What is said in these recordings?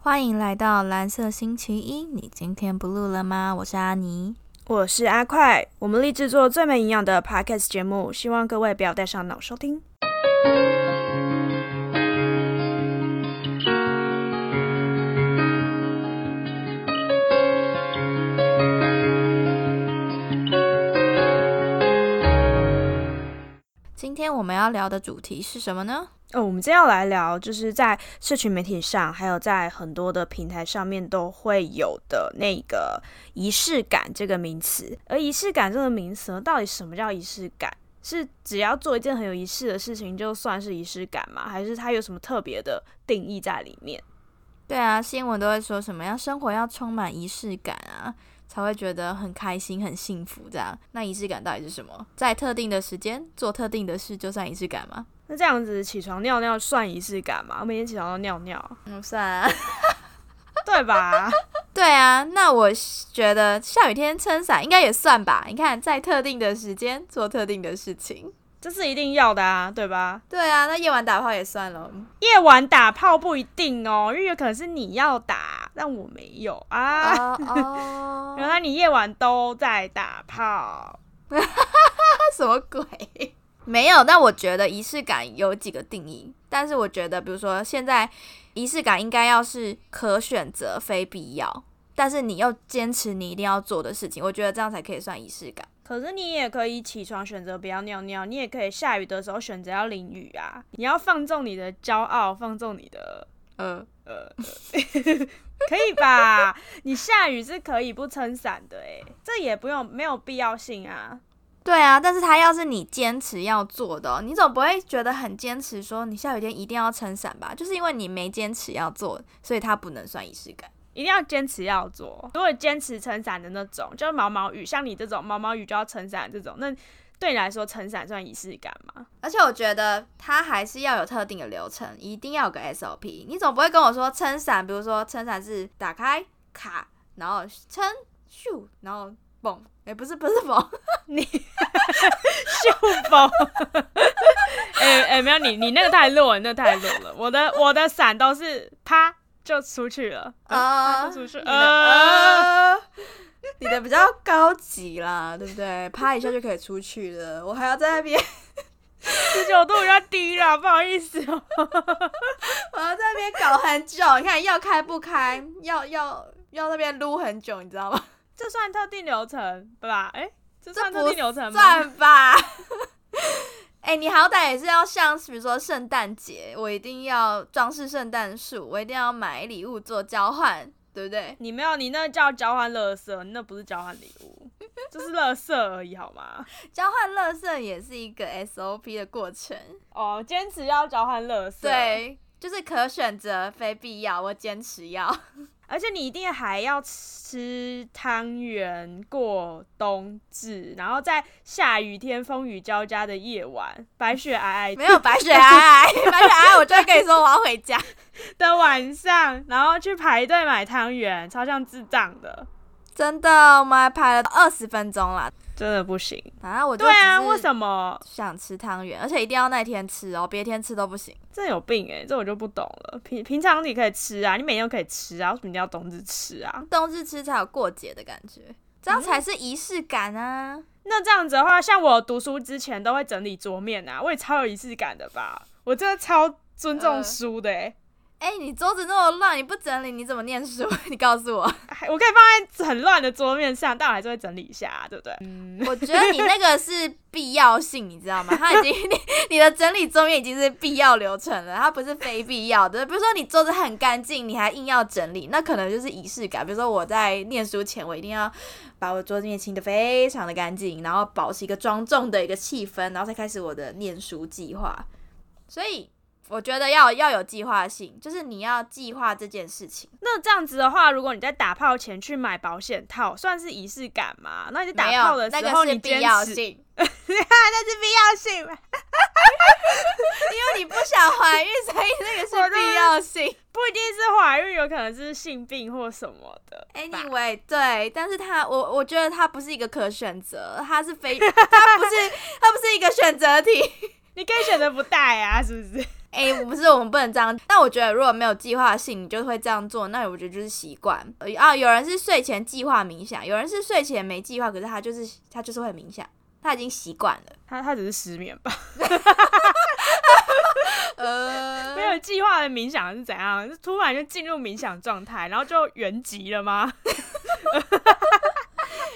欢迎来到蓝色星期一，你今天不录了吗？我是阿尼。我是阿快，我们立志做最没营养的 podcast 节目，希望各位不要带上脑收听。今天我们要聊的主题是什么呢？哦，我们今天要来聊，就是在社群媒体上，还有在很多的平台上面都会有的那个仪式感这个名词。而仪式感这个名词呢，到底什么叫仪式感？是只要做一件很有仪式的事情就算是仪式感吗？还是它有什么特别的定义在里面？对啊，新闻都会说什么要生活要充满仪式感啊，才会觉得很开心、很幸福这样。那仪式感到底是什么？在特定的时间做特定的事，就算仪式感吗？那这样子起床尿尿算仪式感吗？我每天起床都尿尿，嗯，算、啊。对吧？ 对啊，那我觉得下雨天撑伞应该也算吧。你看，在特定的时间做特定的事情。这是一定要的啊，对吧？对啊，那夜晚打炮也算了。夜晚打炮不一定哦，因为有可能是你要打，但我没有啊。哦 哦，原来你夜晚都在打炮， 什么鬼？ 没有，但我觉得仪式感有几个定义，但是我觉得，比如说现在仪式感应该要是可选择非必要，但是你又坚持你一定要做的事情，我觉得这样才可以算仪式感。可是你也可以起床选择不要尿尿，你也可以下雨的时候选择要淋雨啊。你要放纵你的骄傲，放纵你的嗯，呃， 呃可以吧？你下雨是可以不撑伞的诶、这也不用没有必要性啊。对啊，但是他要是你坚持要做的哦、你总不会觉得很坚持说你下雨天一定要撑伞吧？就是因为你没坚持要做，所以它不能算仪式感。一定要坚持要做。如果坚持撑伞的那种，就是毛毛雨，像你这种毛毛雨就要撑伞这种，那对你来说撑伞算仪式感吗？ 而且我觉得它还是要有特定的流程，一定要有个 SOP。你总不会跟我说撑伞，比如说撑伞是打开卡，然后撑咻，然后蹦，哎、不是不是蹦，不 包。哎哎，没有你，你那个太弱了，你那个太弱了。我的我的伞都是啪就出去了，啊啪就出去，你的呃，呃，你的比较高级啦，对不对？啪一下就可以出去了，我还要在那边， 十九度比较低啦，不好意思哦。我要在那边搞很久。你看要开不开，要要要那边撸很久，你知道吗？这算特定流程对吧？哎，这算这特不定流程吗？算吧。 哎、你好歹也是要像，比如说圣诞节，我一定要装饰圣诞树，我一定要买礼物做交换，对不对？你没有，你那叫交换垃圾，你那不是交换礼物，这是垃圾而已，好吗？交换垃圾也是一个 SOP 的过程，哦，坚持要交换垃圾。，对，就是啊可选择，非必要，我坚持 要。而且你一定还要吃汤圆过冬至，然后在下雨天风雨交加的夜晚，白雪皑没皑有白雪皑皑，白雪皑皑，我就会跟你说我要回家。的晚上，然后去排队买汤圆，超像智障的， 真的，我们还排了二十分钟啦。真的不行。反正我就对啊，只是为什么？想吃汤圆，而且一定要那天吃哦，别天吃都不行。这有病哎、这我就不懂了。平平常你可以吃啊，你每天都可以吃啊，为什么一定要冬至吃啊？冬至吃才有过节的感觉，这样才是仪式感啊！那这样子的话，像我读书之前都会整理桌面啊，我也超有仪式感的吧？我真的超尊重呃书的哎、哎、你桌子那么乱，你不整理你怎么念书？ 你告诉我，还我可以放在很乱的桌面上，但我还是会整理一下、啊对不对？我觉得你那个是必要性，你知道吗？它已经 你你的整理桌面已经是必要流程了，它不是非必要的。比如说你桌子很干净，你还硬要整理，那可能就是仪式感。比如说我在念书前，我一定要把我桌面清得非常的干净，然后保持一个庄重的一个气氛，然后再开始我的念书计划。所以我觉得要要有计划性，就是你要计划这件事情。那这样子的话，如果你在打炮前去买保险套，算是仪式感嘛？那你在打没炮有，的时那候，个是你必坚要持，性。 那是必要性嘛，因为你不想怀孕，所以那个我是当必然要性。不一定是怀孕，有可能是性病或什么的。 Anyway，对，但是它我我觉得它不是一个可选择，它 是非，它不是它不是一个选择题。你可以选择不戴啊，是不是？ 哎、我不是我们不能这样。但我觉得如果没有计划性，你就会这样做，那我觉得就是习惯。呃啊，有人是睡前计划冥想，有人是睡前没计划，可是他就是他就是会冥想，他已经习惯了。他他只是失眠吧？呃没有计划的冥想是怎样？是突然就进入冥想状态，然后就原籍了吗？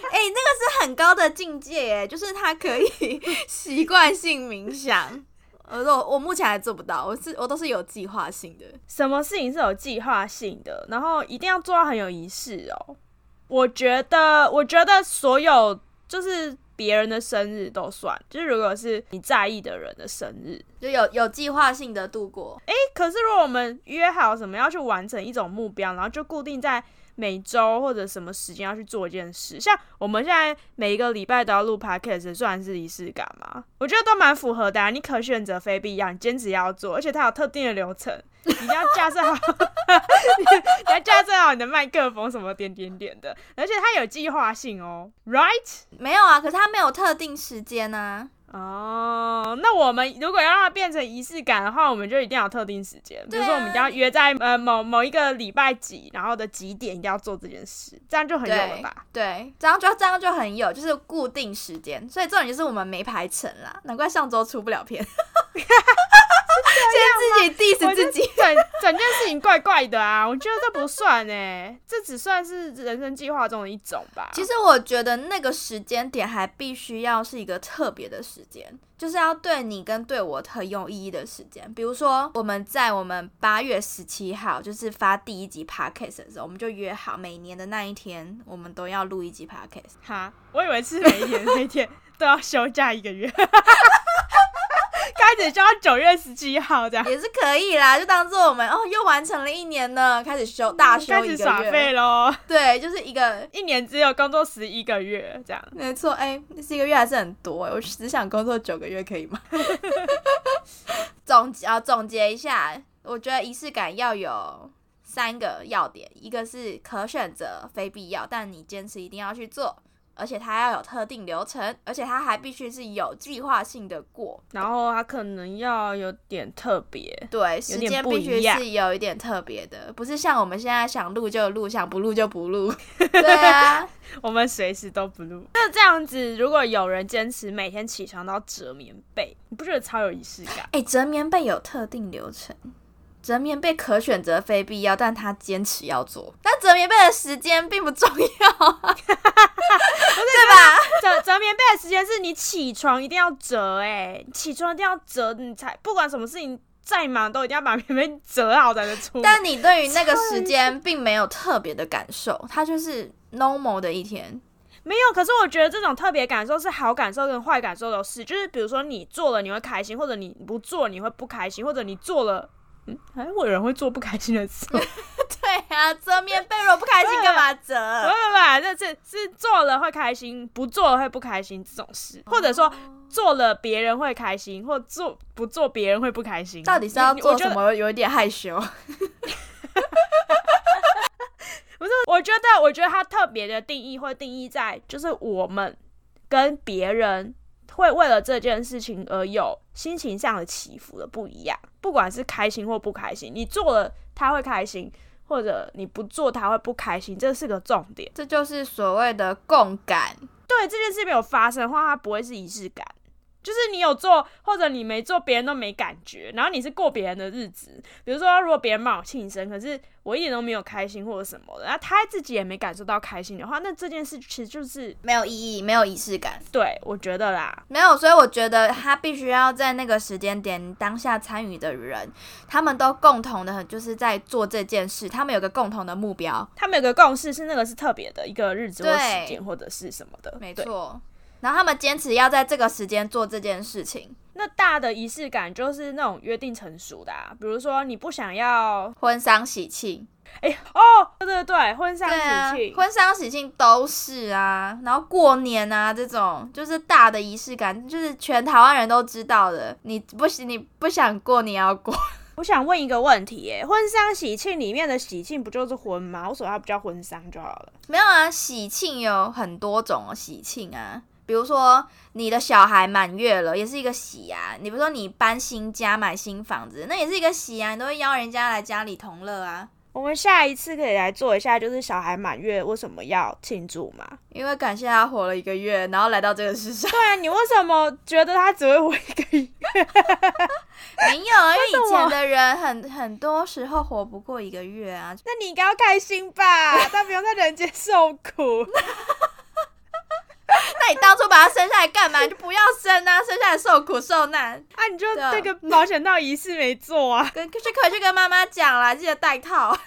哎、那个是很高的境界耶，就是他可以 习惯性冥想。呃，我我目前还做不到，我是我都是有计划性的。什么事情是有计划性的，然后一定要做到很有仪式哦。我觉得，我觉得所有就是别人的生日都算，就是如果是你在意的人的生日，就有有计划性的度过。诶，可是如果我们约好什么要去完成一种目标，然后就固定在每周或者什么时间要去做一件事，像我们现在每一个礼拜都要录 podcast，算是仪式感嘛？我觉得都蛮符合的、啊。你可选择非必要，你坚持要做，而且它有特定的流程，你一定要架设好， 你要架设好你的麦克风什么点点点的，而且它有计划性哦，right？没有啊，可是他没有特定时间啊，哦，那我们如果要让它变成仪式感的话，我们就一定要有特定时间，比对啊如说我们一定要约在呃某某一个礼拜几，然后的几点一定要做这件事，这样就很有了对吧？对，这样就这样就很有，就是固定时间，所以重点就是我们没排成啦，难怪上周出不了片， 先自己 diss 自己，整整件事情怪怪的啊，我觉得这不算哎、这只算是人生计划中的一种吧。其实我觉得那个时间点还必须要是一个特别的时间，就是要对你跟对我很有意义的时间。比如说，我们在我们八月十七号就是发第一集 podcast 的时候，我们就约好每年的那一天，我们都要录一集 podcast。哈，我以为是每一天 每一天都要休假一个月， 开始就要九月十七号这样，也是可以啦，就当做我们哦，又完成了一年呢，开始休大休开一始个耍月，废喽。对，就是一个，一年只有工作十一个月这样。 没错，哎、那是一个月还是很多哎、我只想工作九个月，可以吗？ 总啊，总结一下，我觉得仪式感要有三个要点，一个是可选择非必要，但你坚持一定要去做，而且它要有特定流程，而且它还必须是有计划性的过，然后他可能要有点特别，对，有时点间不必须一样是有一点特别的，不是像我们现在想录就录，想不录就不 录。对啊，我们随时都不录。那这样子，如果有人坚持每天起床都要折棉被，你不觉得超有仪式感？ 哎、折棉被有特定流程，折棉被可选择非必要，但他坚持要做。但折棉被的时间并不重要 啊，折折棉被的时间是你起床一定要折、哎，你起床一定要折，你才不管什么事情再忙都一定要把棉 被折好才能出门。但你对于那个时间并没有特别的感受，它就是 normal 的一天。 没有，可是我觉得这种特别感受是好感受跟坏感受都是，就是比如说你做了你会开心，或者你不做你会不开心，或者你做了，嗯，哎，我有人会做不开心的事吗。对啊，折棉被如果不开啊心干嘛折？不不不，这这是做了会开心，不做了会不开心这种事，或者哦说做了别人会开心，或做不做别人会不开心。到底是要你做我觉什得么？有一点害羞。 不是，我觉得，我觉得它特别的定义会定义在，就是我们跟别人会为了这件事情而有心情上的起伏的不一样，不管是开心或不开心，你做了他会开心，或者你不做他会不开心，这是个重点。这就是所谓的共感。对这件事没有发生的话，它不会是仪式感。就是你有做或者你没做，别人都没感觉，然后你是过别人的日子。比如说，如果别人帮我庆生，可是我一点都没有开心或者什么的，那他自己也没感受到开心的话，那这件事其实就是没有意义，没有仪式感，对我觉得啦，没有，所以我觉得他必须要在那个时间点当下参与的人，他们都共同的，就是在做这件事，他们有个共同的目标，他们有个共识是那个是特别的一个日子或对时间或者是什么的，没对。错。然后他们坚持要在这个时间做这件事情，那大的仪式感就是那种约定成熟的、啊，比如说你不想要，婚丧喜庆，哎、哦，对对对，婚丧对啊喜庆，，婚丧喜庆都是啊，然后过年啊这种就是大的仪式感，就是全台湾人都知道的。你不行，你不想过，你也要过，我想问一个问题、耶，婚丧喜庆里面的喜庆不就是婚吗？为什么它不叫婚丧就好了？没有啊，喜庆有很多种哦喜庆啊，比如说你的小孩满月了，也是一个喜啊。你比如说你搬新家、买新房子，那也是一个喜啊，你都会邀人家来家里同乐啊。我们下一次可以来做一下，就是小孩满月为什么要庆祝嘛？因为感谢他活了一个月，然后来到这个世上。对啊，你为什么觉得他只会活一个月？没有啊，因为以为什前么的人很很多时候活不过一个月啊。那你应该要开心吧，他不用在人间受苦。那你当初把他生下来干嘛？你就不要生啊，生下来受苦受难。啊，你就对啊这个保险套仪式没做啊？跟去可以去跟妈妈讲啦，记得带套。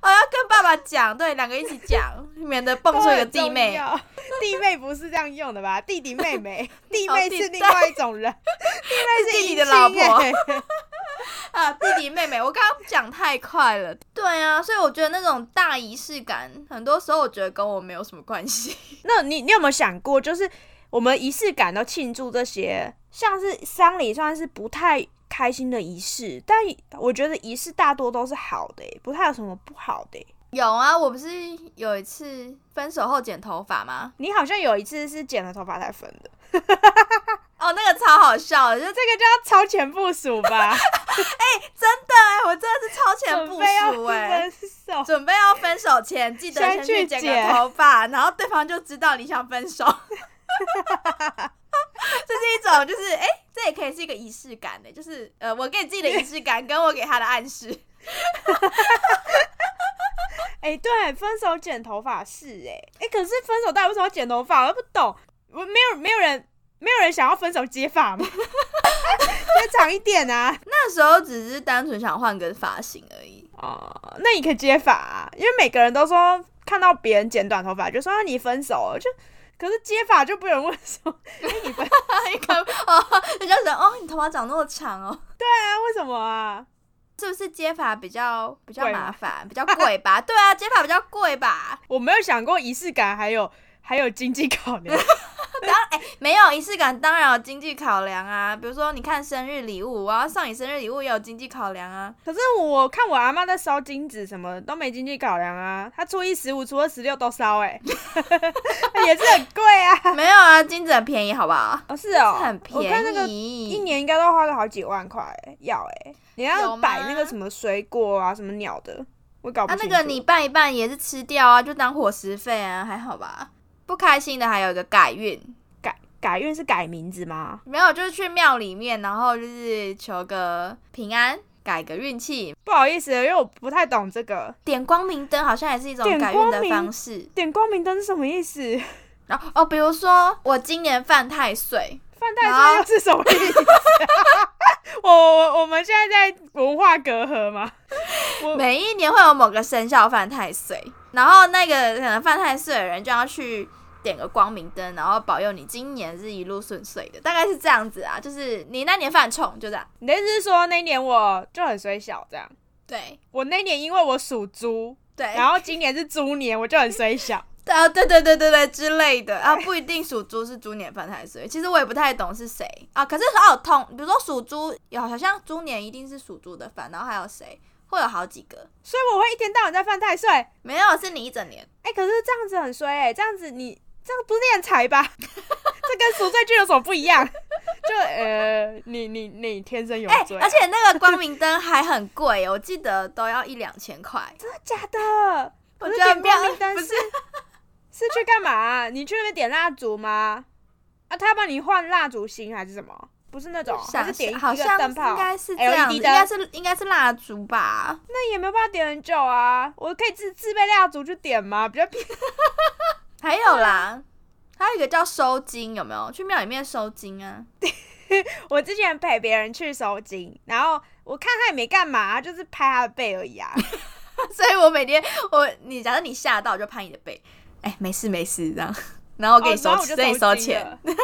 我要跟爸爸讲，对，两个一起讲，免得蹦出一个弟妹。都很重要，弟妹不是这样用的吧？弟弟妹 妹，弟妹哦弟是另外一 种人，弟妹是哎弟弟的姻亲老婆欸。啊，弟弟妹妹，我刚刚讲太快了。对啊，所以我觉得那种大仪式感，很多时候我觉得跟我没有什么关系。那你你有没有想过，就是我们仪式感都庆祝这些，像是丧礼算是不太开心的仪式，但我觉得仪式大多都是好的欸、不太有什么不好的欸、 有啊，我不是有一次分手后剪头发吗？你好像有一次是剪了头发才分的，哦，那个超好笑的，就是这个就要超前部署吧，哎，我真的是 超前准部备要署哎、分 手。准备要分手前，记得先先去去剪剪个头发，然后对方就知道你想分手。 这是一种，就是哎、这也可以是一个仪式感的，就是呃，我给自己的仪式感，跟我给他的暗示。 哎、对，分手剪头发是哎、哎、可是分手到底为什么要剪头发？我都不懂，我没有没有人没有人想要分手接发 吗？ 再长一点啊！那时候只是单纯想换个发型而已。哦，那你可以接发、啊，因为每个人都说看到别人剪短头发就说、啊、你分手了，就可是接发就不有人问说， 哎、你分手一个哦，人家觉得哦，你头发长那么长哦，啊？为什么啊？是不是接发比较比较贵吗麻烦，比较贵吧？对啊，接发比较贵吧？我没有想过仪式感还有 还有经济考量。 没有仪式感，当然有经济考量啊。比如说，你看生日礼物，我要送你生日礼物也有经济考量啊。可是我看我阿妈在烧金纸，什么都没经济考量啊。她初一、十五、初二、十六都烧、欸，哎， 也是很贵啊。没有啊，金子很便宜，好不好？ 哦，是哦，很我看那个便一宜。年应该都花个好几万块、欸，要哎、你有要吗摆那个什么水果啊，什么鸟的，我搞不啊，清那楚。个你拌一拌也是吃掉啊，就当伙食费啊，还好吧。不开心的还有一个改运，改改运是改名字吗？没有就是去庙里面，然后就是求个平安，改个运气。不好意思，因为我不太懂这个。点光明灯好像也是一种点改运的光明方式。点光明灯是什么意思？然后哦，比如说我今年犯太岁，范太岁又是什么意思、 我我我们现在在文化隔阂吗？ 我每一年会有某个生肖犯太岁，然后那个可能犯太岁的人就要去点个光明灯，然后保佑你今年是一路顺遂的，大概是这样子啊，就是你那年犯冲，就这样。你的意思是说那一年我就很水小这样？对我那一年因为我属猪，对，然后今年是猪年，我就很水小。对啊，对对对对对之类的啊，不一定属猪是猪年犯太岁，其实我也不太懂是谁啊。可是哦，同比如说属猪，有好像猪年一定是属猪的犯，然后还有谁会有好几个？所以我会一天到晚在犯太岁。哎、没有，是你一整年。可是这样子很衰哎、这样子你这样不是敛财吧？这跟赎罪券有什么不一样？就呃，你你你天生有哎、罪啊、而且那个光明灯还很贵，我记得都要一两千块。真的假的？我可是觉得点不要光明灯不是是去干嘛啊、你去那边点蜡烛吗？啊，他帮你换蜡烛芯还是什么？不是那种，还是点一好个像灯泡应该是这样子， ，LED 应该灯，是应该是蜡烛吧？那也没有办法点很久啊。我可以自自备蜡烛去点吗？比较便宜。还有啊啦，还有一个叫收金，有没有？去庙里面收金啊？ 我之前陪别人去收金，然后我看他也没干嘛，他就是拍他的背 而已啊。所以我每天我你假设你吓到，我就拍你的背，哎、没事没事这样，然后我给你哦收，然后我就给你收金钱。 呃了，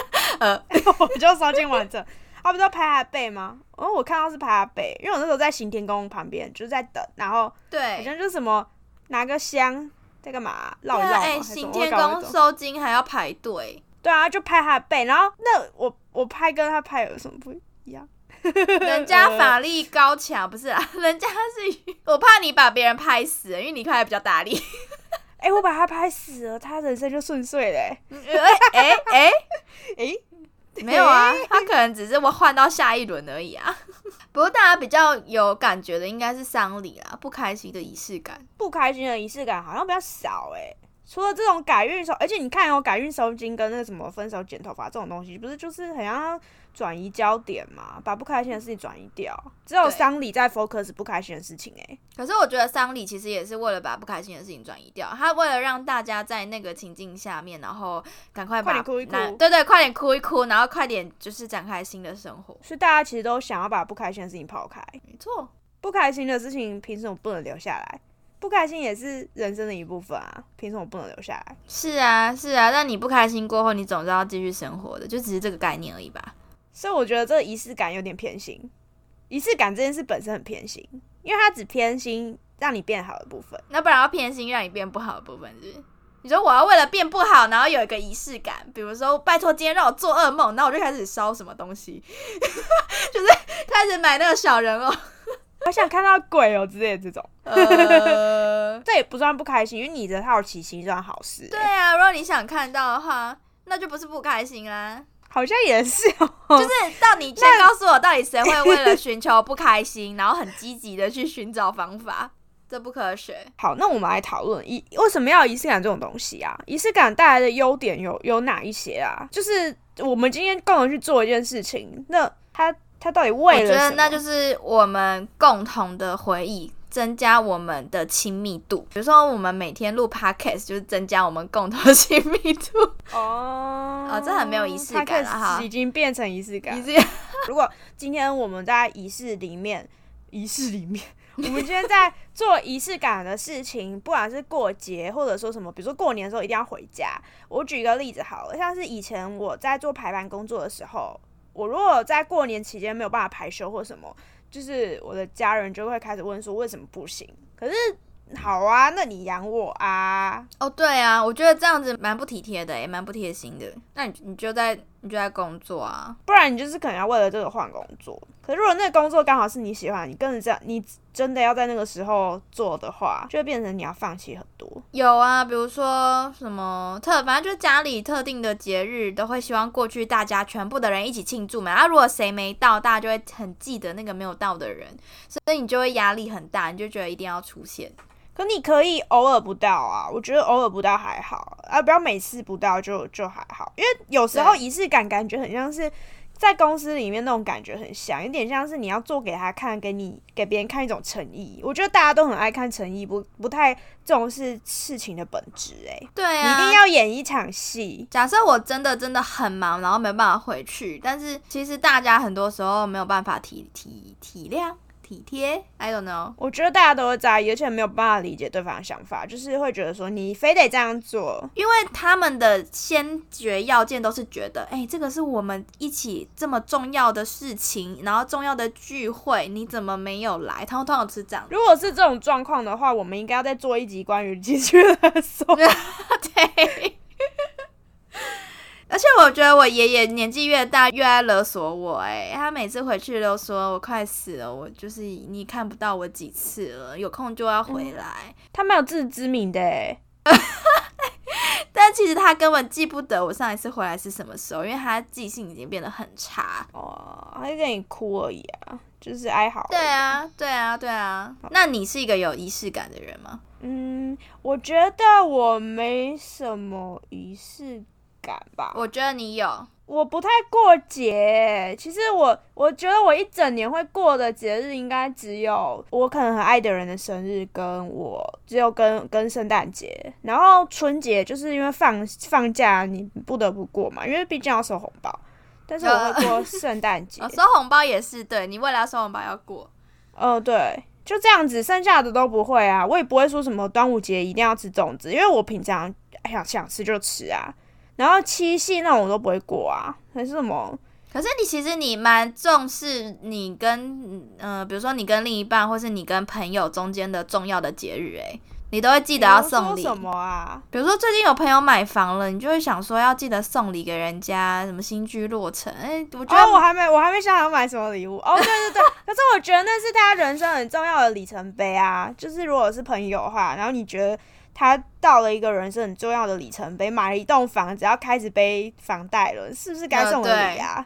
我就收金完整。他不是要拍他的背吗？哦，我看到是拍他背，因为我那时候在行天宫旁边，就是在等，然后好对，像就是什么拿个香在干嘛绕对一啊绕嘛，哎、还是什行么天我搞不宫懂收金还要排 队，对啊，就拍他的背，然后那我我拍跟他拍有什么不一样？ 呃人家法力高 强，不是啊，人家是我怕你把别人拍死，因为你看起来比较大力。 哎、哎、我把他拍死了，他人生就顺遂嘞、哎哎哎，诶、 没有啊，他可能只是我换到下一轮而已啊。 不过大家比较有感觉的应该是丧礼啦，不开心的仪式感。不开心的仪式感好像比较少哎、除了这种改运手，而且你看哦，改运手巾跟那个什么分手剪头发这种东西，不是就是很要转移焦点嘛，把不开心的事情转移掉。只有对丧礼在 focus 不开心的事情哎、可是我觉得丧礼其实也是为了把不开心的事情转移掉，他为了让大家在那个情境下面，然后赶快把快点哭一哭那对对，快点哭一哭，然后快点就是展开新的生活。所以大家其实都想要把不开心的事情抛开，没错，不开心的事情凭什么不能留下来？不开心也是人生的一部分啊，凭什么不能留下来？是啊是啊，但你不开心过后，你总是要继续生活的，就只是这个概念而已吧。所以我觉得这个仪式感有点偏心，仪式感这件事本身很偏心，因为它只偏心让你变好的部分。那不然要偏心让你变不好的部分是不是？你说我要为了变不好，然后有一个仪式感，比如说拜托今天让我做噩梦，然后我就开始烧什么东西， 就是开始买那个小人偶。好想看到鬼哦之类的这种，呃，这也不算不开心，因为你的好奇心算好事、对，啊，如果你想看到的话，那就不是不开心啦。好像也是 哦。就是到你先告诉我，到底谁会为了寻求不开心，然后很积极的去寻找方法？这不科学。好，那我们来讨论仪为什么要有仪式感这种东西啊？仪式感带来的优点有有哪一些啊？就是我们今天共同去做一件事情，那他他到底为我了觉得什么那就是我们共同的回忆，增加我们的亲密度。比如说，我们每天录 podcast 就是增加我们共同的亲密 度。哦哦这很没有仪式它感啊开始哈已经变成仪式感你了。这如果今天我们在仪式里面，仪式里面，我们今天在做仪式感的事情，不管是过节或者说什么，比如说过年的时候一定要回家。我举一个例子好了，像是以前我在做排版工作的时候，我如果在过年期间没有办法排休或什么，就是我的家人就会开始问说为什么不行？可是好啊，那你养我啊，哦，对啊，我觉得这样子蛮不体贴的，也蛮不贴心的。那你你就在你就在工作啊，不然你就是可能要为了这个换工作。可是如果那个工作刚好是你喜欢，你跟着这样，你真的要在那个时候做的话，就会变成你要放弃很多。有啊，比如说什么特，反正就是家里特定的节日都会希望过去大家全部的人一起庆祝嘛。啊，如果谁没到，大家就会很记得那个没有到的人，所以你就会压力很大，你就觉得一定要出现。可你可以偶尔不到 啊，我觉得偶尔不到还好啊，不要每次不到就就还好，因为有时候对仪式感感觉很像是在公司里面那种感觉很像，有点像是你要做给他看，给你给别人看一种诚意。我觉得大家都很爱看诚意，不不太重视事情的本质、欸。对哎、啊，你一定要演一场戏，假设我真的真的很忙，然后没办法回去，但是其实大家很多时候没有办法体体体谅、体贴，I don't know。我觉得大家都会在意，而且没有办法理解对方的想法，就是会觉得说你非得这样做。因为他们的先决要件都是觉得，哎、这个是我们一起这么重要的事情，然后重要的聚会，你怎么没有来？他们通常是这样，如果是这种状况的话，我们应该要再做一集关于情绪勒索。对。而且我觉得我爷爷年纪越大，越爱勒索我、哎，他每次回去都说我快死了，我就是你看不到我几次了，有空就要回来。他没有自知之明的欸，但其实他根本记不得我上一次回来是什么时候，因为他记性已经变得很差。哦，他就跟你哭而已啊，就是哀嚎。对，啊，对啊，对啊。那你是一个有仪式感的人吗？嗯，我觉得我没什么仪式感吧，我我觉得你有。我不太过节。其实我我觉得我一整年会过的节日，应该只有我可能很爱的人的生日，跟我只有跟跟圣诞节，然后春节就是因为放放假你不得不过嘛，因为毕竟要收红包。但是我会过圣诞节哦，，收红包也是，对你为了要收红包要过。嗯、对，就这样子，剩下的都不会啊，我也不会说什么端午节一定要吃粽子，因为我平常想想吃就吃啊，然后七夕那种我都不会过啊，还是什么。可是你其实你蛮重视你跟呃，比如说你跟另一半或是你跟朋友中间的重要的节日、欸，你都会记得要送礼比如。说什么啊？比如说最近有朋友买房了，你就会想说要记得送礼给人家，什么新居落成。哎、我觉得、哦，我还没，我还没想好要买什么礼物。哦，对对 对，可是我觉得那是大家人生很重要的里程碑啊。就是如果是朋友的话，然后你觉得他到了一个人生很重要的里程碑，买了一栋房子，要开始背房贷了，是不是该呃送礼啊？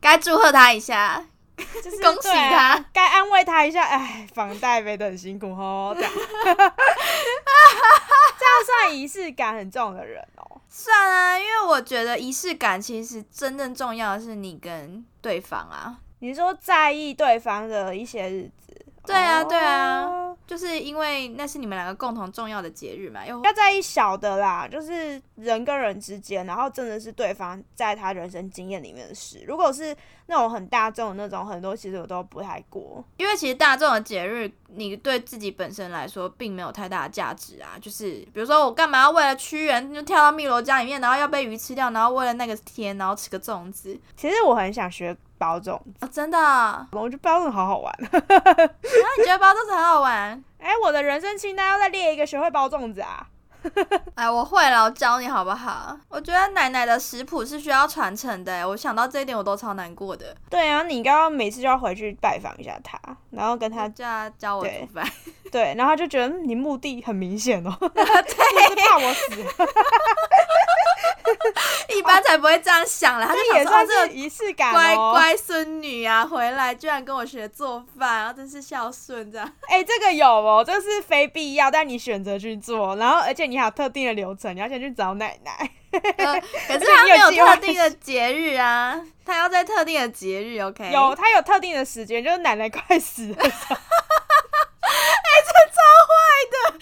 该祝贺他一下， 就是恭喜对啊他该安慰他一下。哎，房贷背的很辛苦哦，这样，这样算仪式感很重的人哦。算啊，因为我觉得仪式感其实真正重要的是你跟对方啊，你说在意对方的一些日子，对啊哦对啊就是因为那是你们两个共同重要的节日嘛，又要在意小的啦，就是人跟人之间，然后真的是对方在他人生经验里面的事。如果是那种很大众的那种，很多其实我都不太过。因为其实大众的节日，你对自己本身来说并没有太大的价值啊。就是比如说，我干嘛要为了屈原就跳到汨罗江里面，然后要被鱼吃掉，然后为了那个天，然后吃个粽子其实我很想学包粽子，哦，真的啊、我觉得包粽子好好玩。然后你觉得包粽子很好玩？哎、我的人生清单要再列一个，学会包粽子啊！哎，我会了，我教你好不好？我觉得奶奶的食谱是需要传承的，我想到这一点我都超难过的。对啊，你刚刚每次就要回去拜访一下他，然后跟他就要教我对煮饭，对，然后他就觉得嗯你目的很明显 哦， 就是怕我死， 一般才不会这样想了。他就这也想说，算哦，这是个仪式感乖哦。乖孙女啊，回来居然跟我学做饭，然后真是孝顺 这样。哎、这个有哦，这是非必要，但你选择去做，然后而且你还有特定的流程，你要先去找奶奶。呃可是且他你没有有计划特定的节日啊，他要在特定的节日，OK？ 有，他有特定的时间，就是奶奶快死了。哎、这超坏哎的。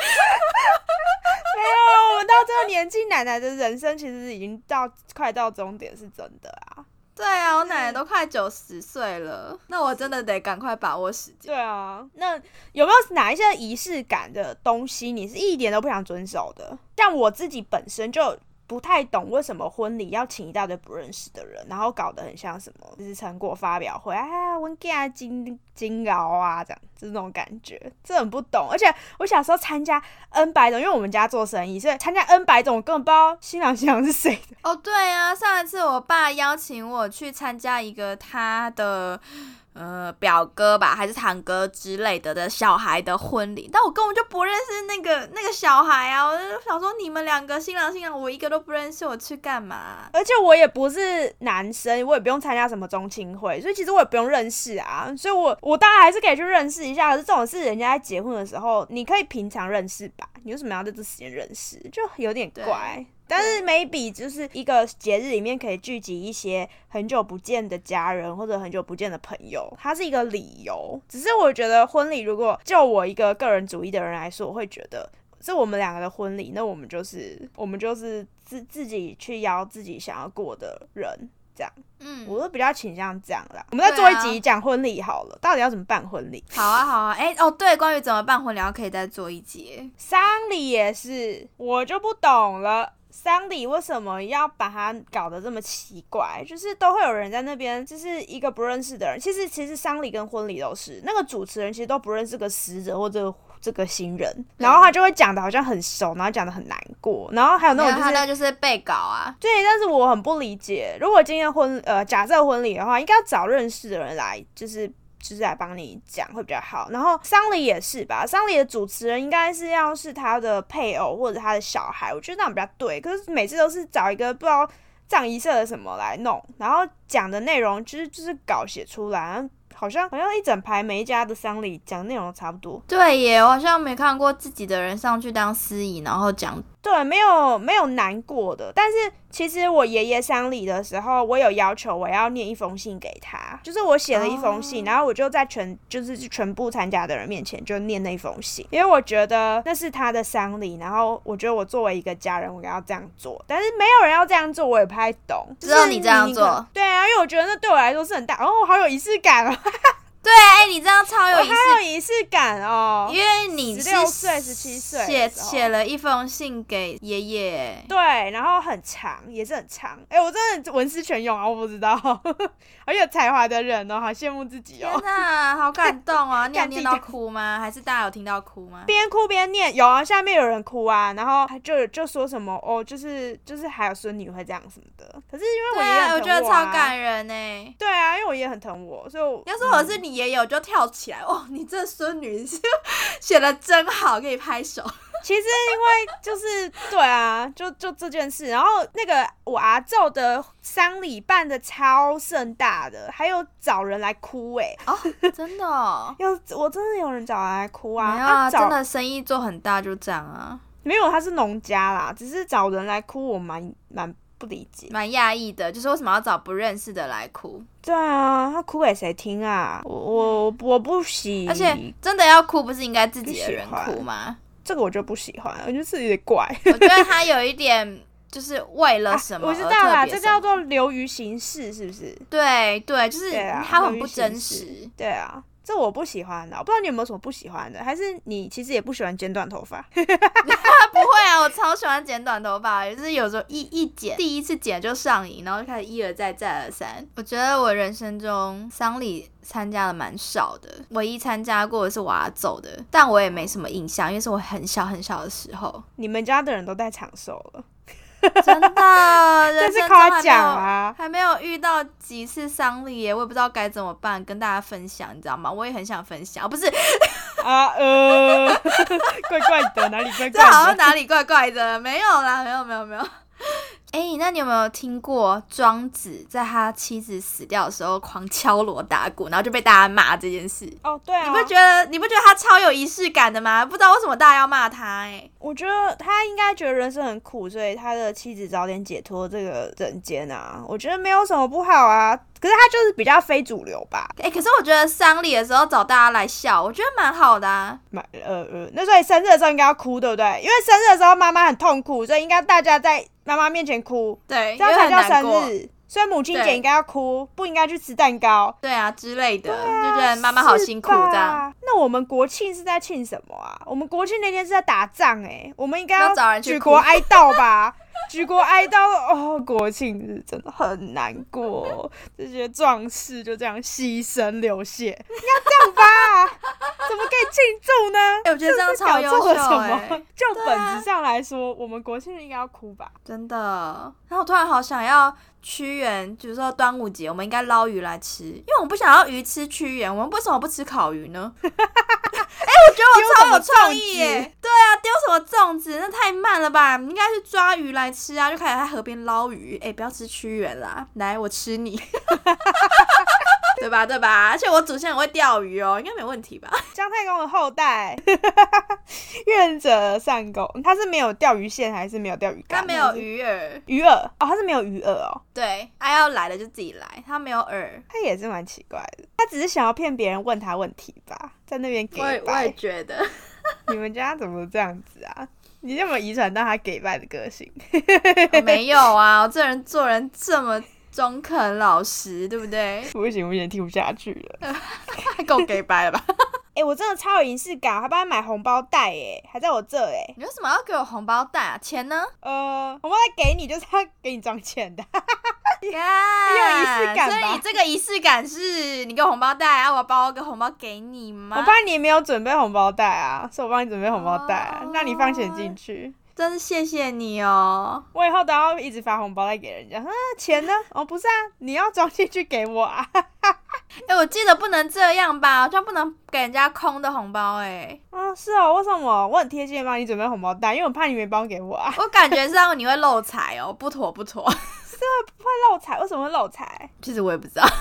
没有，我们到这个年纪，奶奶的人生其实已经到快到终点，是真的啊。对啊，我嗯奶奶都快九十岁了，那我真的得赶快把握时间。对啊，那有没有哪一些仪式感的东西，你是一点都不想遵守的？像我自己本身就不太懂为什么婚礼要请一大堆不认识的人，然后搞得很像什么就是成果发表会啊，温家金金鳌啊，这样就是那种感觉，这很不懂。而且我小时候参加 N 百种，因为我们家做生意，所以参加 N 百种，我根本不知道新郎新娘是谁的。哦，对啊，上一次我爸邀请我去参加一个他的。呃，表哥吧，还是堂哥之类的的小孩的婚礼，但我根本就不认识那个那个小孩啊！我就想说，你们两个新郎新娘，我一个都不认识，我去干嘛、而且我也不是男生，我也不用参加什么中青会，所以其实我也不用认识啊。所以我我当然还是可以去认识一下。可是这种事，人家在结婚的时候，你可以平常认识吧？你为什么要在这时间认识？就有点怪对。但是 maybe 就是一个节日里面可以聚集一些很久不见的家人或者很久不见的朋友，它是一个理由。只是我觉得婚礼，如果就我一个个人主义的人来说，我会觉得是我们两个的婚礼，那我们就是我们就是自自己去邀自己想要过的人，这样，嗯，我都比较倾向这样啦。我们再对做一啊集讲婚礼好了，到底要怎么办婚礼？好啊，好啊，哎、哦，对，关于怎么办婚礼，然后可以再做一节。丧礼也是，我就不懂了。丧礼为什么要把它搞得这么奇怪？就是都会有人在那边，就是一个不认识的人。其实，其实丧礼跟婚礼都是，那个主持人其实都不认识这个死者或这个这个新人，然后他就会讲的好像很熟，然后讲的很难过，然后还有那没种有就是他那就是被搞啊，对，但是我很不理解，如果今天婚呃假设婚礼的话，应该要找认识的人来，就是就是来帮你讲会比较好。然后丧礼也是吧，丧礼的主持人应该是要是他的配偶或者他的小孩，我觉得那样比较对。可是每次都是找一个不知道葬仪社的什么来弄，然后讲的内容就是就是稿写出来。好像好像一整排每一家的丧礼讲内容差不多，对耶，我好像没看过自己的人上去当司仪，然后讲对，没有没有难过的。但是其实我爷爷丧礼的时候，我有要求我要念一封信给他，就是我写了一封信哦然后我就在全就是全部参加的人面前就念那封信，因为我觉得那是他的丧礼，然后我觉得我作为一个家人，我应该要这样做。但是没有人要这样做，我也不太懂。只有就是你这样宁可做，对啊，因为我觉得那对我来说是很大，哦，好有仪式感哦，对，哎、你这样超有仪式， 好有仪式感哦。因为你是16岁17岁的写时候写了一封信给爷爷，对，然后很长，也是很长。哎、我真的文思泉涌啊，我不知道， 很有才华的人哦，好羡慕自己天哦。哪，好感动 啊！你有干地念到哭吗？还是大家有听到哭吗？边哭边念，有啊，下面有人哭啊，然后就就说什么哦，就是就是还有孙女会这样什么的。可是因为我对爷爷啊，我很觉疼得我、超啊，感人呢、对啊，因为我爷爷很疼我，所以我嗯要是我是 你爷爷，我就跳起来！哦，你这孙女写的真好，可以拍手。其实因为就是对啊，就就这件事，然后那个我阿昼的丧礼办的超盛大的，还有找人来哭哎、哦，真的、哦。有我真的有人找人来哭啊，没有啊，找真的生意做很大就这样啊，没有他是农家啦，只是找人来哭我蛮蛮不理解。蛮讶异的，就是为什么要找不认识的来哭？对啊，他哭给谁听啊？我我我不喜，嗯而且真的要哭，不是应该自己的人不喜欢哭吗？这个我就不喜欢，我觉得自己有点怪。 我觉得他有一点就是为 了啊什么啊我而知特道别啦，什这么叫做流于形式，是不是？对对，就是对啊，他流很于不形真式实。。对啊，这我不喜欢的，我不知道你有没有什么不喜欢的，还是你其实也不喜欢剪短头发？ 不会啊，我超喜欢剪短头发，就是有时候一一剪，第一次剪就上瘾，然后就开始一而再再而三。我觉得我人生中丧礼参加的蛮少的，唯一参加过的是我阿走的，但我也没什么印象，因为是我很小很小的时候，你们家的人都戴长寿了，真的， 这人是生中夸还没奖有。啊！还没有遇到几次丧礼耶，我也不知道该怎么办，跟大家分享，你知道吗？我也很想分享，哦不是， 啊呃， 怪怪的，哪里怪这好怪像的？哪里怪怪的，没有啦，没 有没有没有。哎、那你有没有听过庄子在他妻子死掉的时候狂敲锣打鼓，然后就被大家骂这件事？哦，对啊，你不觉得你不觉得他超有仪式感的吗？不知道为什么大家要骂他、哎，我觉得他应该觉得人生很苦，所以他的妻子早点解脱这个人间啊，我觉得没有什么不好啊。可是他就是比较非主流吧，哎、可是我觉得丧礼的时候找大家来笑，我觉得蛮好的啊。买呃呃，那所以生日的时候应该要哭，对不对？因为生日的时候妈妈很痛苦，所以应该大家在妈妈面前哭，对，这样因为才很叫难生过。日。所以母亲节对应该要哭，不应该去吃蛋糕。对啊，之类的，啊就觉得妈妈好辛苦这。是样。吧那我们国庆是在庆什么啊？我们国庆那天是在打仗哎、我们应该要找人去举哭国哀悼吧？举国哀悼哦，国庆日真的很难过，这些壮士就这样牺牲流血，应该这样吧？怎么可以庆祝呢？哎、我觉得这样超搞优错了秀什哎、么？ 就本质上来说，我们国庆日应该要哭吧？真的。然后我突然好想要屈原，比如说端午节，我们应该捞鱼来吃，因为我们不想要鱼吃屈原，我们为什么不吃烤鱼呢？哎、我觉得我超有创意丢什么粽耶！对啊，丢什么粽子？那太慢了吧？你应该去抓鱼来吃啊，就开始在河边捞鱼。哎、不要吃屈原啦，来我吃你， 对吧？对吧？而且我祖先很会钓鱼哦，应该没问题吧？姜太公的后代， 愿者上钩。他是没有钓鱼线，还是没有钓鱼竿？他没有还是鱼饵，鱼饵哦，他是没有鱼饵哦，对，他、要来了就自己来，他没有饵。他也是蛮奇怪的。他只是想要骗别人问他问题吧，在那边给我也我也拜。觉得。 你们家怎么这样子啊？你有没有遗传到他给拜的个性？ 我没有啊，我这人做人这么中肯老实，对不对？不行不行，听不下去了。嗯太够给白了吧？哎、我真的超有仪式感，我还帮他买红包袋哎，还在我这 哎。你为什么要给我红包袋啊？钱 呢？呃，红包袋给你就是要给你装钱的，有仪有仪式感吧所以你这个仪式感是你给我红包袋啊，我包个红包给你吗？我帮你也没有准备红包袋啊，是我帮你准备红包袋、啊哦让你放钱进去。真是谢谢你哦。我以后都要一直发红包袋给人家。啊，钱呢？哦，不是啊，你要装进去给我啊。 哎、我记得不能这样吧？好像不能给人家空的红包哎、啊，是哦，为什么？我很贴心的帮你准备红包袋，因为我怕你没包给我啊， 我感觉上你会漏财哦，不妥不妥。会漏财。为什么会漏财？其实我也不知道。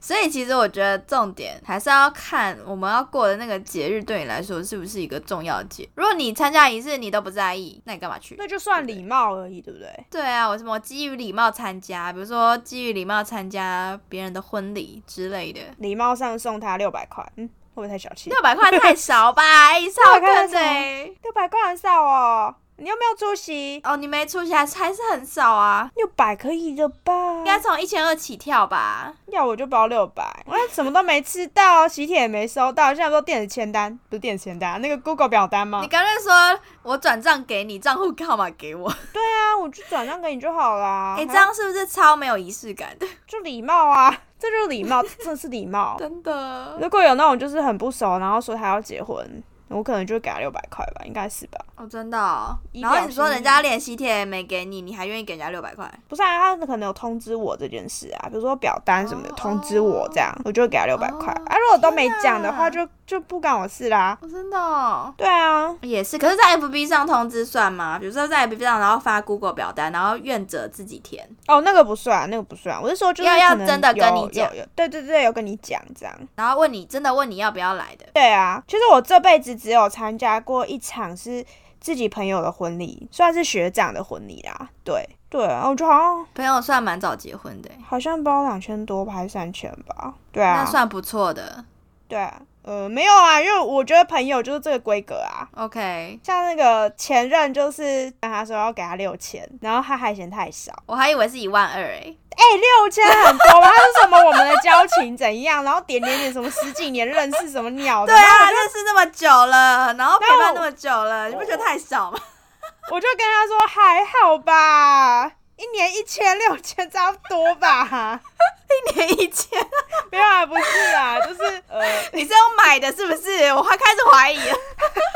所以其实我觉得重点还是要看我们要过的那个节日对你来说是不是一个重要的节。如果你参加仪式你都不在意，那你干嘛去？那就算礼貌而已，对不对？对啊，我什么基于礼貌参加，比如说基于礼貌参加别人的婚礼之类的，礼貌上送他六百块，嗯，会不会太小气？六百块太少吧？哎、超 600块贵太少的欸六百块很少哦，你又没有出席，哦，你没出席还是还是很少啊，六百可以的吧？应该从一千二起跳吧？要我就包六百，我什么都没吃到，喜帖也没收到，现在都电子签单，不是电子签单，那个 Google 表单吗你？刚才说我转账给你，账户号码给我，对啊，我就转账给你就好啦。哎、这样是不是超没有仪式感 的？就礼貌啊，这就是礼貌，真的是礼貌。真的。如果有那种就是很不熟，然后说他要结婚，我可能就给他六百块吧，应该是吧？哦，真的、哦。以然后表你说心人意家练习帖也没给你，你还愿意给人家六百块？不是啊，他可能有通知我这件事啊，比如说表单什么的哦通知我这样，我就会给他六百块哦啊。如果都没讲的话，天就就不干我事啦。哦，真的、哦。对啊，也是，可是，在 FB 上通知算吗？比如说在 FB 上，然后发 Google 表单，然后愿者自己填。哦，那个不算，那个不算。我是说，就是要要可能真的跟有你讲有有对对对，有跟你讲这样。然后问你，真的问你要不要来的，对啊，就是我这辈子只有参加过一场是自己朋友的婚礼，算是学长的婚礼啦。对对，然后我就好像朋友算蛮早结婚的欸、好像包两千多吧，还是三千吧？对那啊，算不错的。对啊，呃，没有啊，因为我觉得朋友就是这个规格啊。 OK，像那个前任就是跟他说要给他六千，然后他还嫌太少，我还以为是一万二欸诶、哎、六千很多吧？他说什么我们的交情怎样，然后点点点什么十几年认识什么鸟的，对哦然后啊，认识那么久了，然后陪那伴我那么久了，你不觉得太少吗？ 我就跟他说还好吧，一年一千六千差不多 吧，一年一千， 没有啊，不是啊，就是呃，你是要买的是不是？我还开始怀疑了。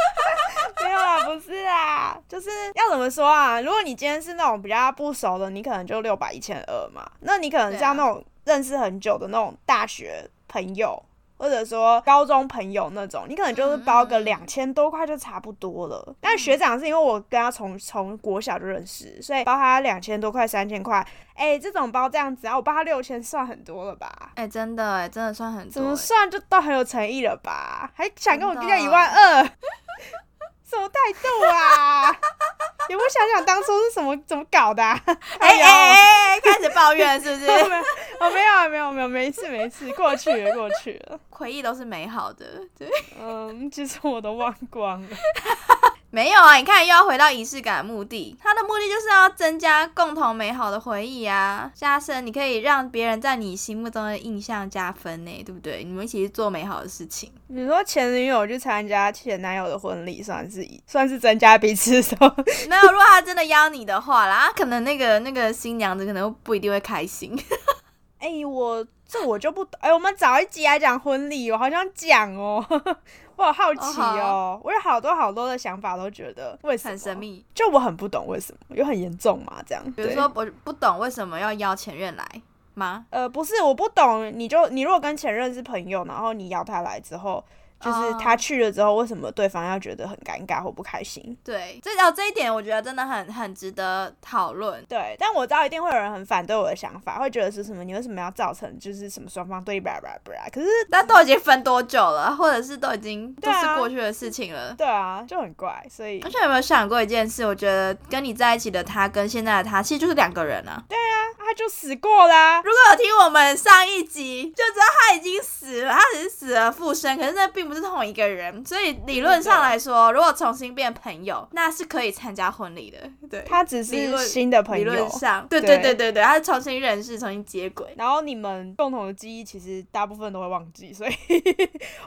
没有啊，不是啊，就是要怎么说啊？如果你今天是那种比较不熟的，你可能就六百一千二嘛，那你可能像对那种认识很久的那种大学朋友。或者说高中朋友那种，你可能就是包个嗯嗯嗯两千多块就差不多了。但学长是因为我跟他从从国小就认识，所以包他两千多块、三千块，哎、这种包这样子啊，我包他六千算很多了吧？哎、真的、哎，真的算很怎多、么哎算就都很有诚意了吧？还想跟我计较真一的万二， 什么态度 啊？你不想想当初是什么怎么搞 的、啊？哎哎呦哎哎，开始抱怨是 不是？我没有啊，没有没有，没事没事，过去了过去了。回忆都是美好的，对，嗯，其实我都忘光了。没有啊，你看又要回到仪式感的目的，它的目的就是要增加共同美好的回忆啊，加深你可以让别人在你心目中的印象加分呢，对不对？你们一起去做美好的事情， 你说前女友去参加前男友的婚礼，算是一算是增加彼此什么？没有，如果他真的邀你的话啦，啊可能那个那个新娘子可能不一定会开心， 哎、我这我就不懂。哎、我们找一集来讲婚礼，我好想讲哦， 我好好奇哦，我有好多好多的想法，都觉得为什么 很神，秘。就我很不懂为什么，有很严重嘛这样。 比如对说，我不懂为什么要邀前任来吗？呃，不是，我不懂，你就你如果跟前任是朋友，然后你邀他来之后。就是哦他去了之后，为什么对方要觉得很尴尬或不开心？对，这哦这一点我觉得真的很很值得讨论。对，但我知道一定会有人很反对我的想法，会觉得是什么？你为什么要造成就是什么双方对立？吧吧吧？可是但都已经分多久了，或者是都已经都对是啊过去的事情了。对啊，就很怪，所以而且有没有想过一件事？我觉得跟你在一起的他跟现在的他其实就是两个人啊。他就死过啦、如果有听我们上一集，就知道他已经死了，他只是死而复生，可是那并不是同一个人。所以理论上来说，如果重新变朋友，那是可以参加婚礼的。对，他只理是论新的朋理论友。上，对对对对对对，他是重新认识，重新接轨。然后你们共同的记忆，其实大部分都会忘记，所以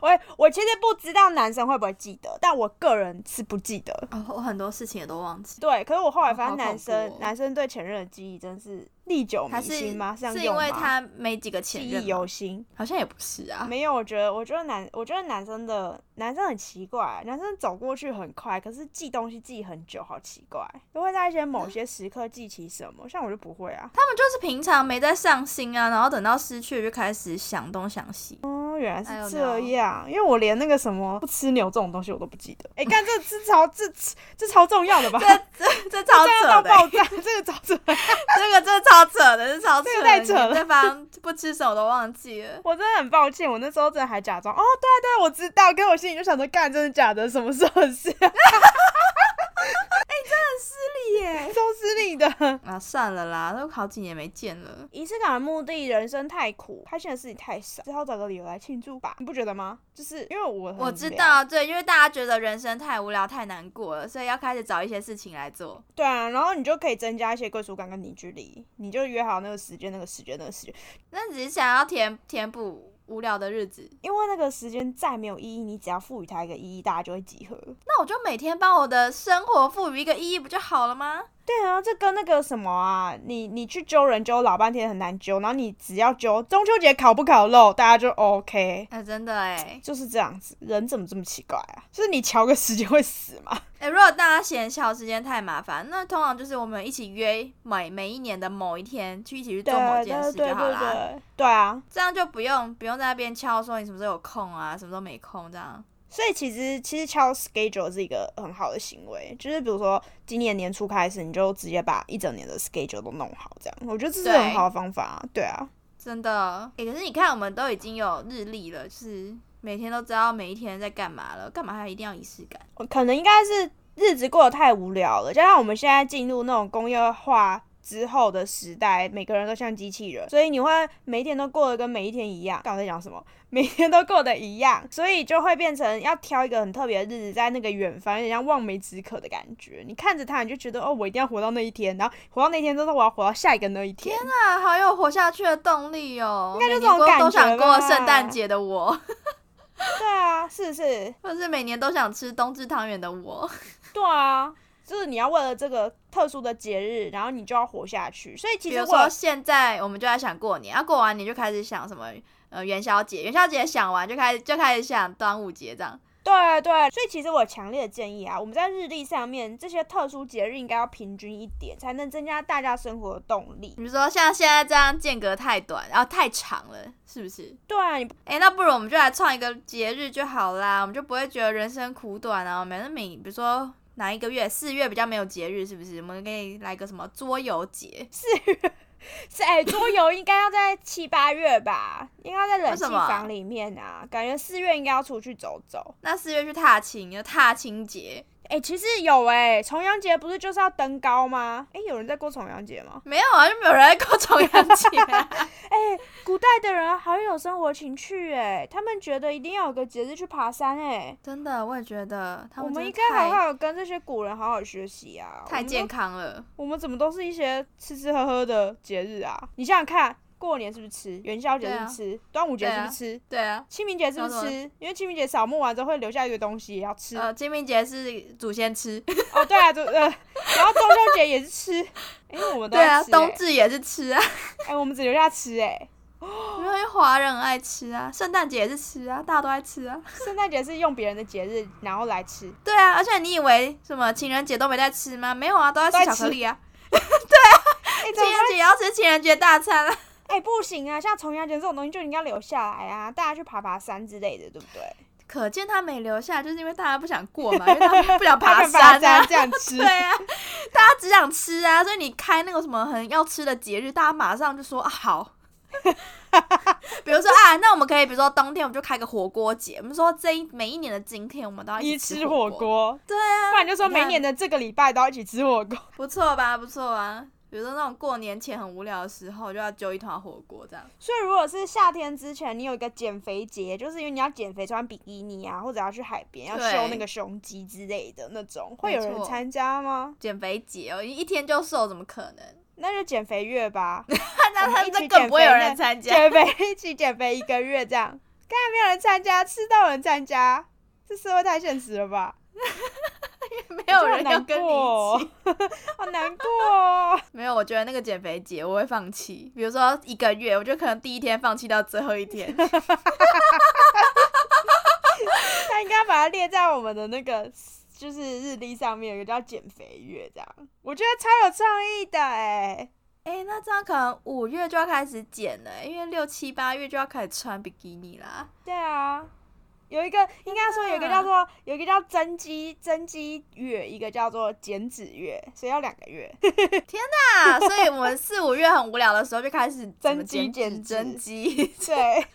我我其实不知道男生会不会记得，但我个人是不记得。哦，我很多事情也都忘记。对，可是我后来发好现恐男生、怖哦男生对前任的记忆真是历久弥还是新吗？这样是因用吗 E 为他没几个前记任忆吗，犹新。好像也不是啊。没有，我觉得，我觉得男，我觉得男生的男生很奇怪，男生走过去很快，可是记东西记很久，好奇怪，都会在一些嗯某些时刻记起什么，像我就不会啊。他们就是平常没在上心啊，然后等到失去就开始想东想西。 哦，原来 I don't 是这样，因为我连那个什么不吃牛这种东西我都不记得。哎、看这这超这这这超重要的吧？ 这超这扯样到的欸、爆炸，这个超扯，这个真的超扯的，这超扯的，这个太扯了你对方不吃什么都忘记了。我真的很抱歉，我那时候真的还假装哦，对啊对啊，我知道，跟我心里就想说，干，真的假的？什么时候的 哎事？耶！都是你的。啊，算了啦，都好几年没见了。仪式感的目的，人生太苦，开心的事情太少，只好找个理由来庆祝吧，你不觉得吗？就是因为我很我无知聊，道，对，因为大家觉得人生太无聊、太难过了，所以要开始找一些事情来做。对啊，然后你就可以增加一些归属感跟凝聚力，你就约好那个时间，那个时间，那个时间，那只是想要填填补无聊的日子，因为那个时间再没有意义，你只要赋予它一个意义，大家就会集合。那我就每天帮我的生活赋予一个意义不就好了吗？对啊，这跟那个什么啊，你你去揪人揪老半天很难揪，然后你只要揪中秋节烤不烤肉，大家就 OK，哎、真的哎、就是这样子。人怎么这么奇怪啊？就是你瞧个时间会死吗？哎、诶，如果大家嫌小时间太麻烦，那通常就是我们一起约每每一年的某一天去一起去对做某件对事对就好对啦。对，对啊。这样就不用不用在那边敲说你什么时候有空啊，什么时候没空这样。所以其实其实敲 schedule 是一个很好的行为，就是比如说今年年初开始，你就直接把一整年的 schedule 都弄好，这样我觉得这是对很好的方法啊。对啊，真的，诶，可是你看，我们都已经有日历了，就是每天都知道每一天在干嘛了，干嘛还一定要仪式感？我可能应该是日子过得太无聊了，加上我们现在进入那种工业化之后的时代，每个人都像机器人，所以你会每一天都过得跟每一天一样。刚才在讲什么？每天都过得一样，所以就会变成要挑一个很特别的日子，在那个远方，有点像望梅止渴的感觉。你看着它，你就觉得哦，我一定要活到那一天，然后活到那一天之后，我要活到下一个那一天。啊，好有活下去的动力哦！应该就这种感觉都想过吧圣诞节的我， 对啊，是不是？或者是每年都想吃冬至汤圆的我。对啊，就是你要为了这个特殊的节日，然后你就要活下去。所以其比实如我说现在我们就在想过年，啊，过完年就开始想什么呃元宵节，元宵节想完就开始就开始想端午节这样。对对，所以其实我强烈的建议啊，我们在日历上面这些特殊节日应该要平均一点，才能增加大家生活的动力比。如说像现在这样间隔太短，然、后太长了，是不是？对啊，你哎，那不如我们就来创一个节日就好啦，我们就不会觉得人生苦短啊。我们每比如说哪一个月，四月比较没有节日，是不是？我们可以来个什么桌游节？是哎，桌游应该要在七八月吧，应该要在冷为气什么房里面啊，感觉四月应该要出去走走。那四月去踏青，有踏青节哎，其实有哎，重阳节不是就是要登高吗？哎，有人在过重阳节吗？没有啊，就没有人在过 重阳节啊、哎，古代的人好有生活情趣哎，他们觉得一定要有个节日去爬山哎。真的，我也觉得他我们们应真的该好太好跟这些古人好好学习啊！我太们都健康了。我们怎么都是一些吃吃喝喝的节日啊？你想想看，过年是不是吃？元宵节是不是吃？端午节是不是吃？啊对啊，清明节是不是然后吃？因为清明节扫墓完之后会留下一个东西也要吃。呃，清明节是祖先吃，哦，对啊，就呃，然后中秋节也是 吃。哎、我们都对啊，要吃、冬哎至也是吃 啊，哎、我们只留下吃哎、因为华人很爱吃啊，圣诞节也是吃啊，大家都爱吃啊。圣诞节是用别人的节日然后来吃。 对啊，而且你以为什么情人节都没在吃吗？没有啊，都在吃巧克力啊。哎、怎情么会人节也要吃情人节大餐啊。 哎、不行啊！像重阳节这种东西就应该留下来啊，大家去爬爬山之类的，对不对？可见他没留下，就是因为大家不想过嘛，因为他们不想 他爬们山爬啊山。这样吃。对啊，大家只想吃啊，所以你开那个什么很要吃的节日，大家马上就说啊好。 比如说啊，那我们可以，比如说冬天我们就开个火锅节，我们说这一每一年的今天，我们都要一起吃火火，锅，对啊，不然就说你看每年的这个礼拜都要一起吃火锅。不错吧，不错啊。比如说那种过年前很无聊的时候，就要揪一团火锅这样。 所以如果是夏天之前，你有一个减肥节，就是因为你要减肥穿比基尼啊，或者要去海边要对修那个胸肌之类的那种，会有没人错参加吗？减肥节哦，一天就瘦，怎么可能？那就减肥月 吧，那我他们一起啊那更不会有人参加。减肥一起减肥一个月这样，看没有人参加，吃到有人参加，这社会太现实了吧？ 没有人我要就很难跟你过一哦 起。，好难过哦。没有，我觉得那个减肥节我会放弃。比如说一个月，我就可能第一天放弃到最后一天。他应该把它列在我们的那个就是日历上面，有个叫减肥月这样，我觉得超有创意的哎、哎、那这样可能五月就要开始减了，因为六七八月就要开始穿比基尼啦。 对啊，有一个应该说有一个叫做有一个叫增肌增肌月，一个叫做减脂月，所以要两个月。啊，所以我们四五月很无聊的时候就开始怎么增肌减脂减脂增肌。 对，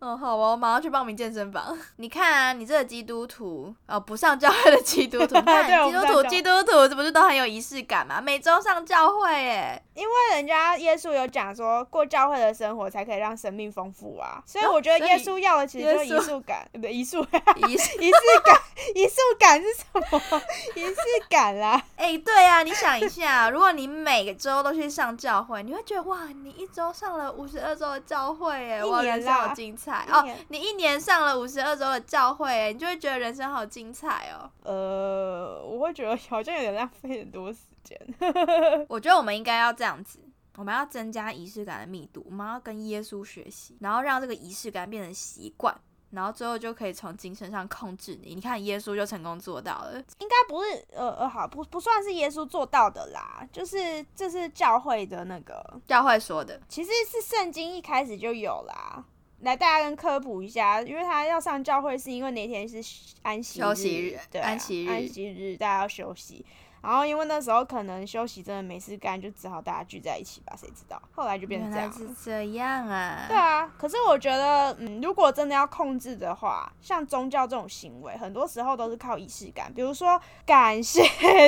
嗯，好哦，我马上去报名健身房。 你看啊，你这个基督徒，哦，不上教会的基督 徒，你对啊看基我不督上徒，教基督徒这不是都很有仪式感嘛？每周上教会， 耶。因为人家耶稣有讲说，过教会的生活才可以让生命丰富啊，所以我觉得哦所以耶稣要的其实就耶是仪稣式感，呃不仪式仪式仪式感， 仪式感是什 么？仪式感啦。哎、对啊，你想一下， 如果你每个周都去上教会，你会觉得哇，你一周上了五十二周的教会，哎，一哇，年人生好啦精彩一哦年！你一年上了五十二周的教会，哎，你就会觉得人生好精彩哦。呃，我会觉得 好像有点浪费很多时间。呃我觉得我们应该要这样子，我们要增加仪式感的密度，我们要跟耶稣学习，然后让这个仪式感变成习惯。然后最后就可以从精神上控制你。你看耶稣就成功做到了，应该不是呃呃，好不不算是耶稣做到的啦，就是这是教会的那个，教会说的。其实是圣经一开始就有啦。来，大家跟科普一下，因为他要上教会，是因为那天是安息休息日对啊、安息日安息日大家要休息。然后因为那时候可能休息真的没事干，就只好大家聚在一起吧，谁知道？后来就变原成这样来了。是这样啊！对啊，可是我觉得，嗯，如果真的要控制的话，像宗教这种行为，很多时候都是靠仪式感，比如说感谢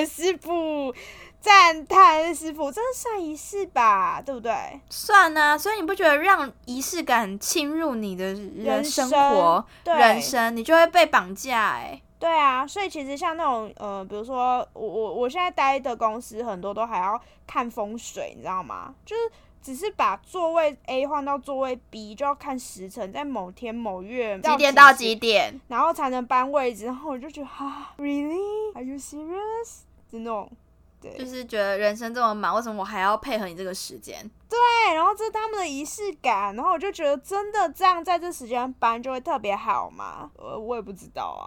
师傅、赞叹师傅，这算仪式吧，对不对？算啊，所以你不觉得让仪式感侵入你的人生生活、对，人生，你就会被绑架、欸？对啊，所以其实像那种，呃，比如说我我我现在待的公司，很多都还要看风水，你知道吗？就是。只是把座位 A 换到座位 B，就要看时辰，在某天某月几点到时几点？然后才能搬位置，然后我就觉得哈、r e a l l y Are you serious？就那种，对就是觉得人生这么忙，为什么我还要配合你这个时 间？对，然后这是他们的仪式感，然后我就觉得真的这样在这时间搬就会特别好嘛，呃，我也不知道啊，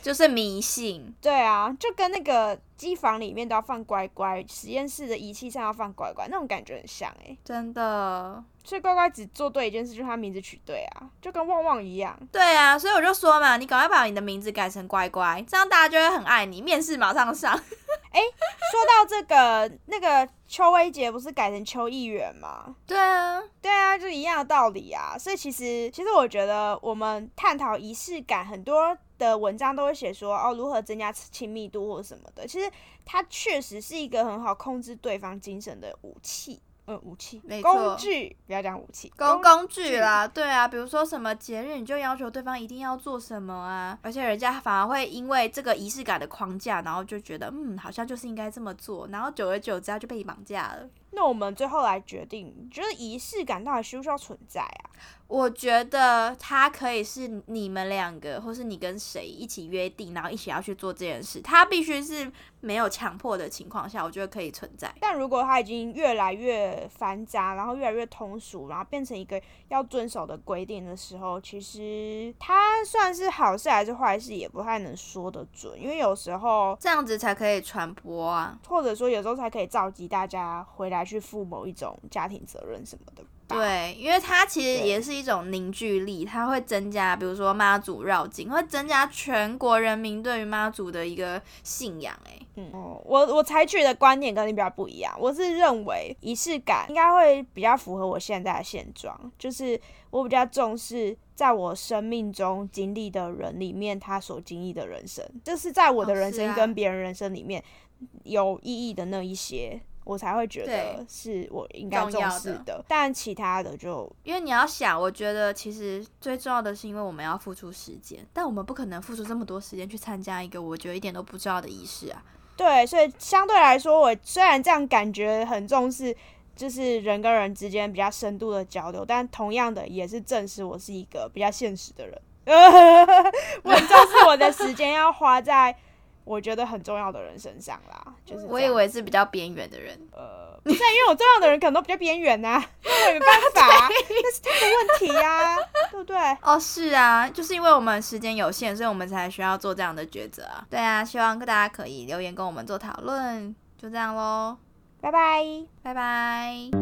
就是迷信。对啊，就跟那个机房里面都要放乖乖，实验室的仪器上要放乖乖，那种感觉很像诶、真的，所以乖乖只做对一件事，就是他名字取对啊，就跟旺旺一样，对啊，所以我就说嘛，你赶快把你的名字改成乖乖，这样大家就会很爱你。面试马上上，说到这个，那个邱薇姐不是改成邱议员吗？对啊，对啊，就一样的道理啊。所以其实，其实我觉得我们探讨仪式感，很多的文章都会写说哦，如何增加亲密度或什么的。其实它确实是一个很好控制对方精神的武器，嗯，武器没，错工具，不要讲武器，工工具啦，对啊，比如说什么节日，你就要求对方一定要做什么啊，而且人家反而会因为这个仪式感的框架，然后就觉得嗯，好像就是应该这么做，然后久而久之他就被你绑架了。那我们最后来决定，你觉得仪式感到底需不需要存在啊？我觉得它可以是你们两个，或是你跟谁一起约定，然后一起要去做这件事。它必须是没有强迫的情况下，我觉得可以存在。但如果它已经越来越繁杂，然后越来越通俗，然后变成一个要遵守的规定的时候，其实它算是好事还是坏事，也不太能说得准，因为有时候。这样子才可以传播啊。或者说，有时候才可以召集大家回来去负某一种家庭责任什么的。，对，因为它其实对也是一种凝聚力，它会增加，比如说妈祖绕境，会增加全国人民对于妈祖的一个信仰、欸。嗯，哦我我采取的观点跟你比较不一样，我是认为仪式感应该会比较符合我现在的现状，就是我比较重视在我生命中经历的人里面他所经历的人生，就是在我的哦人是生啊跟别人人生里面有意义的那一些。我才会觉得对是我应该重重要视的的，但其他的就因为你要想，我觉得其实最重要的是，因为我们要付出时间，但我们不可能付出这么多时间去参加一个我觉得一点都不重要的仪式啊。对，所以相对来说，我虽然这样感觉很重视，就是人跟人之间比较深度的交流，但同样的也是证实我是一个比较现实的人。 我很重视我的时间要花在我觉得很重要的人身上啦，就是这我以样为是比较边缘的人，呃，不是啊，因为我重要的人可能都比较边缘呐，那我也没办 法、啊，那是他的问题呀、对不对？哦，是啊，就是因为我们时间有限，所以我们才需要做这样的抉择啊。对啊，希望大家可以留言跟我们做讨论，就这样喽，拜拜。拜拜。